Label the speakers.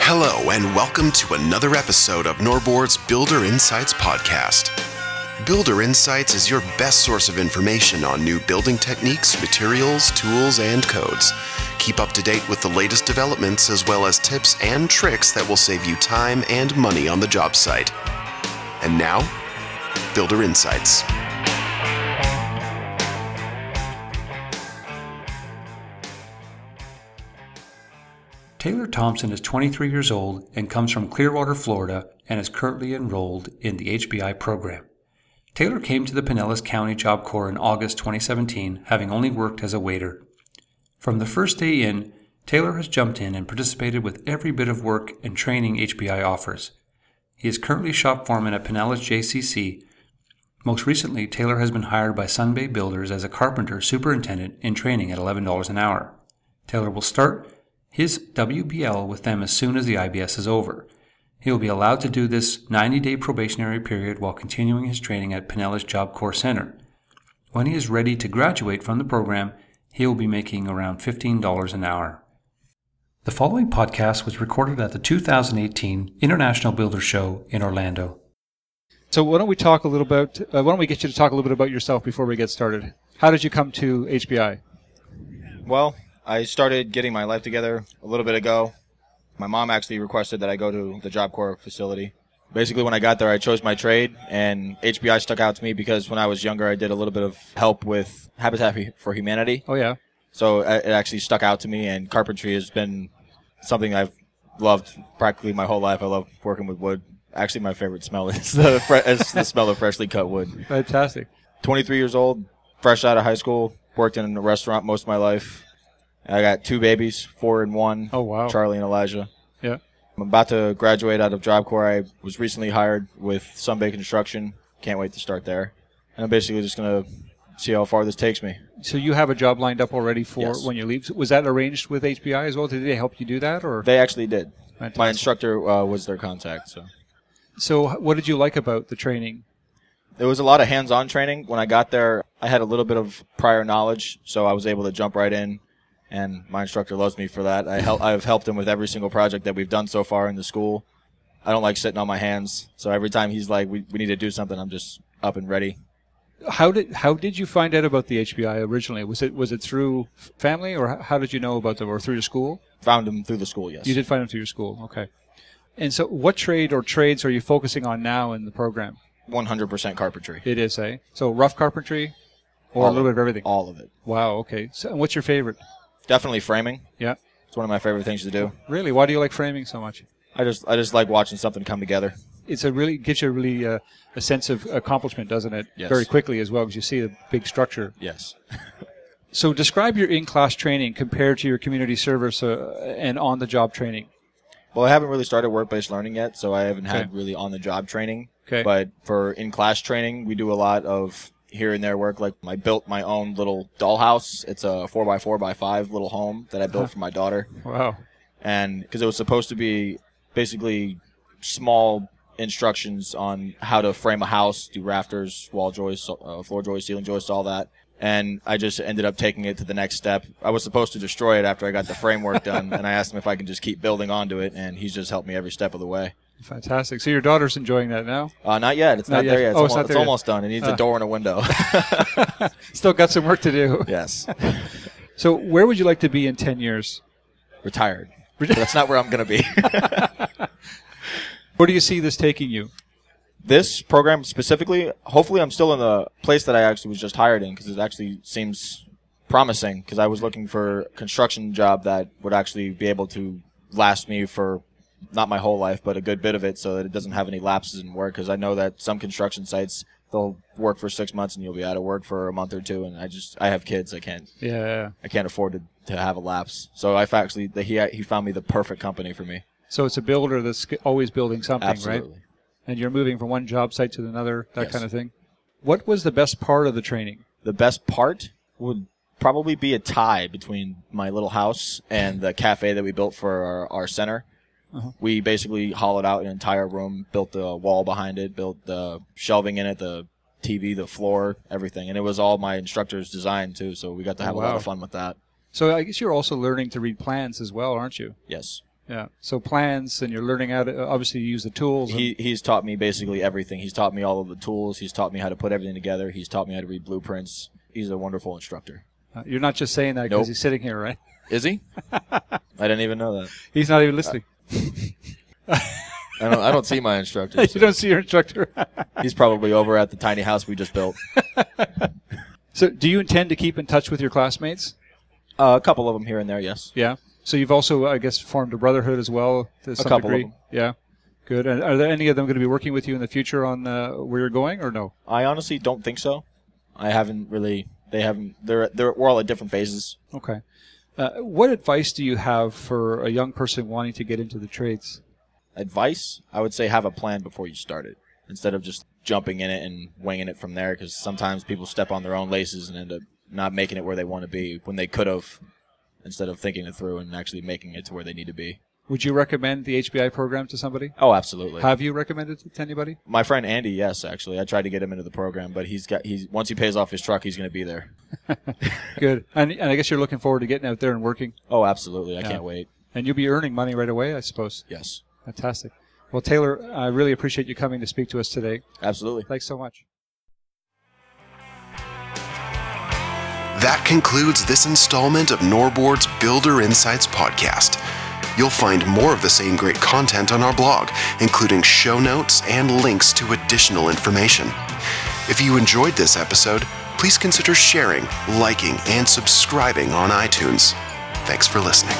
Speaker 1: Hello, and welcome to another episode of Norboard's Builder Insights Podcast. Builder Insights is your best source of information on new building techniques, materials, tools, and codes. Keep up to date with the latest developments as well as tips and tricks that will save you time and money on the job site. And now, Builder Insights.
Speaker 2: Taylor Thompson is 23 years old and comes from Clearwater, Florida, and is currently enrolled in the HBI program. Taylor came to the Pinellas County Job Corps in August 2017, having only worked as a waiter. From the first day in, Taylor has jumped in and participated with every bit of work and training HBI offers. He is currently shop foreman at Pinellas JCC. Most recently, Taylor has been hired by Sunbay Builders as a carpenter superintendent in training at $11 an hour. Taylor will start his WBL with them as soon as the IBS is over. He will be allowed to do this 90 day probationary period while continuing his training at Pinellas Job Corps Center. When he is ready to graduate from the program, he will be making around $15 an hour. The following podcast was recorded at the 2018 International Builder Show in Orlando.
Speaker 3: So why don't we talk a little about? Uh, why don't we get you to talk a little bit about yourself before we get started? How did you come to HBI?
Speaker 4: Well, I started getting my life together a little bit ago. My mom actually requested that I go to the Job Corps facility. Basically, when I got there, I chose my trade, and HBI stuck out to me because when I was younger, I did a little bit of help with Habitat for Humanity.
Speaker 3: Oh yeah,
Speaker 4: So uh, it actually stuck out to me, and carpentry has been something I've loved practically my whole life. I love working with wood. Actually, my favorite smell is the, fre- is the smell of freshly cut wood.
Speaker 3: fantastic.
Speaker 4: 23 years old, fresh out of high school, worked in a restaurant most of my life. I got two babies, four and one.
Speaker 3: Oh, wow.
Speaker 4: Charlie and Elijah.
Speaker 3: Yeah,
Speaker 4: I'm about to graduate out of Job Corps. I was recently hired with Sunbay Construction. Can't wait to start there. And I'm basically just gonna see how far this takes me.
Speaker 3: so you have a job lined up already for
Speaker 4: Yes.
Speaker 3: when you leave. Was that arranged with HBI as well? Did they help you do that, or
Speaker 4: They actually did. My
Speaker 3: Fantastic.
Speaker 4: instructor uh, was their contact, so
Speaker 3: so? h- What did you like about the training?
Speaker 4: there was a lot of hands-on training. When I got there, I had a little bit of prior knowledge, so I was able to jump right in. And my instructor loves me for that. I hel- I've helped him with every single project that we've done so far in the school. I don't like sitting on my hands, so every time he's like, "We, we need to do something," I'm just up and ready.
Speaker 3: How did how did you find out about the HBI originally? Was it was it through f- family, or h- how did you know about them, or through your school?
Speaker 4: Found him through the school, yes.
Speaker 3: You did find them through your school. Okay. And so, what trade or trades are you focusing on now in the program?
Speaker 4: 100% carpentry.
Speaker 3: It is, eh? So rough carpentry, or
Speaker 4: All
Speaker 3: a little
Speaker 4: of
Speaker 3: bit of everything.
Speaker 4: All of it.
Speaker 3: Wow. Okay. So, and what's your favorite?
Speaker 4: Definitely framing.
Speaker 3: Yeah.
Speaker 4: It's one of my favorite things to do.
Speaker 3: Really? Why do you like framing so much?
Speaker 4: I just I just like watching something come together.
Speaker 3: It's a really gives you a really uh, a sense of accomplishment, doesn't it?
Speaker 4: Yes.
Speaker 3: Very quickly as well, because you see the big structure.
Speaker 4: Yes.
Speaker 3: So describe your in-class training compared to your community service uh, and on-the-job training.
Speaker 4: Well, I haven't really started work-based learning yet, so I haven't had
Speaker 3: Okay.
Speaker 4: really on-the-job training.
Speaker 3: Okay.
Speaker 4: But for in-class training, we do a lot of here and there work. Like I built my own little dollhouse. It's a four by four by five little home that I
Speaker 3: Uh-huh.
Speaker 4: built for my daughter,
Speaker 3: Wow.
Speaker 4: and because it was supposed to be basically small instructions on how to frame a house, do rafters, wall joists, uh, floor joists, ceiling joists, all that. And I just ended up taking it to the next step. I was supposed to destroy it after I got the framework done, and I asked him if I can just keep building onto it, and he's just helped me every step of the way.
Speaker 3: Fantastic. So your daughter's enjoying that now.
Speaker 4: Uh, not yet. It's
Speaker 3: Not
Speaker 4: not,
Speaker 3: yet.
Speaker 4: there yet. It's,
Speaker 3: Oh,
Speaker 4: almost,
Speaker 3: it's not
Speaker 4: it's
Speaker 3: there yet. Uh.
Speaker 4: almost done. It needs a door and a window.
Speaker 3: Still got some work to do.
Speaker 4: yes.
Speaker 3: So where would you like to be in ten years?
Speaker 4: Retired. But that's not where I'm going to be.
Speaker 3: Where do you see this taking you?
Speaker 4: this program specifically, hopefully, I'm still in the place that I actually was just hired in because it actually seems promising because I was looking for a construction job that would actually be able to last me for not my whole life, but a good bit of it so that it doesn't have any lapses in work because I know that some construction sites. They'll work for six months and you'll be out of work for a month or two. And I just, I have kids. I can't
Speaker 3: Yeah.
Speaker 4: I can't afford to, to have a lapse. So I actually the, he he found me the perfect company for me.
Speaker 3: So it's a builder that's always building something, right?
Speaker 4: Absolutely.
Speaker 3: and you're moving from one job site to another, that
Speaker 4: Yes.
Speaker 3: kind of thing. What was the best part of the training?
Speaker 4: The best part would probably be a tie between my little house and the cafe that we built for our, our center. We basically hollowed out an entire room, built the wall behind it, built the shelving in it, the TV, the floor, everything, and it was all my instructor's design too. So we got to have a
Speaker 3: wow.
Speaker 4: lot of fun with that.
Speaker 3: So I guess you're also learning to read plans as well, aren't you?
Speaker 4: Yes.
Speaker 3: Yeah. So plans, and you're learning how to uh, obviously you use the tools. and-
Speaker 4: He, he's taught me basically everything. He's taught me all of the tools. He's taught me how to put everything together. He's taught me how to read blueprints. He's a wonderful instructor.
Speaker 3: uh, you're not just saying that because
Speaker 4: Nope.
Speaker 3: he's sitting here, right?
Speaker 4: Is he? I didn't even know that.
Speaker 3: He's not even listening.
Speaker 4: I don't, I don't see my instructor.
Speaker 3: you don't see your instructor.
Speaker 4: He's probably over at the tiny house we just built.
Speaker 3: so, do you intend to keep in touch with your classmates?
Speaker 4: Uh, a couple of them here and there, yes.
Speaker 3: Yeah. So you've also, I guess, formed a brotherhood as well to some
Speaker 4: couple of
Speaker 3: degree.
Speaker 4: them.
Speaker 3: Yeah. Good. And are there any of them going to be working with you in the future on uh, where you're going, or no?
Speaker 4: I honestly don't think so. I haven't really. They haven't. They're. They're. We're all at different phases.
Speaker 3: Okay. Uh, what advice do you have for a young person wanting to get into the trades?
Speaker 4: Advice: I would say have a plan before you start it, instead of just jumping in it and winging it from there. Because sometimes people step on their own laces and end up not making it where they want to be when they could have, instead of thinking it through and actually making it to where they need to be.
Speaker 3: Would you recommend the HBI program to somebody?
Speaker 4: Oh, absolutely.
Speaker 3: Have you recommended it to anybody?
Speaker 4: My friend Andy, yes, actually, I tried to get him into the program, but he's got. He's once he pays off his truck, he's going to be there.
Speaker 3: Good. And, and I guess you're looking forward to getting out there and working.
Speaker 4: Oh, absolutely. I can't wait.
Speaker 3: And you'll be earning money right away, I suppose.
Speaker 4: Yes,
Speaker 3: Fantastic. Well, Taylor, I really appreciate you coming to speak to us today.
Speaker 4: absolutely.
Speaker 3: Thanks so much.
Speaker 1: That concludes this installment of Norboard's Builder Insights podcast. You'll find more of the same great content on our blog, including show notes and links to additional information. If you enjoyed this episode, please consider sharing, liking, and subscribing on iTunes. Thanks for listening.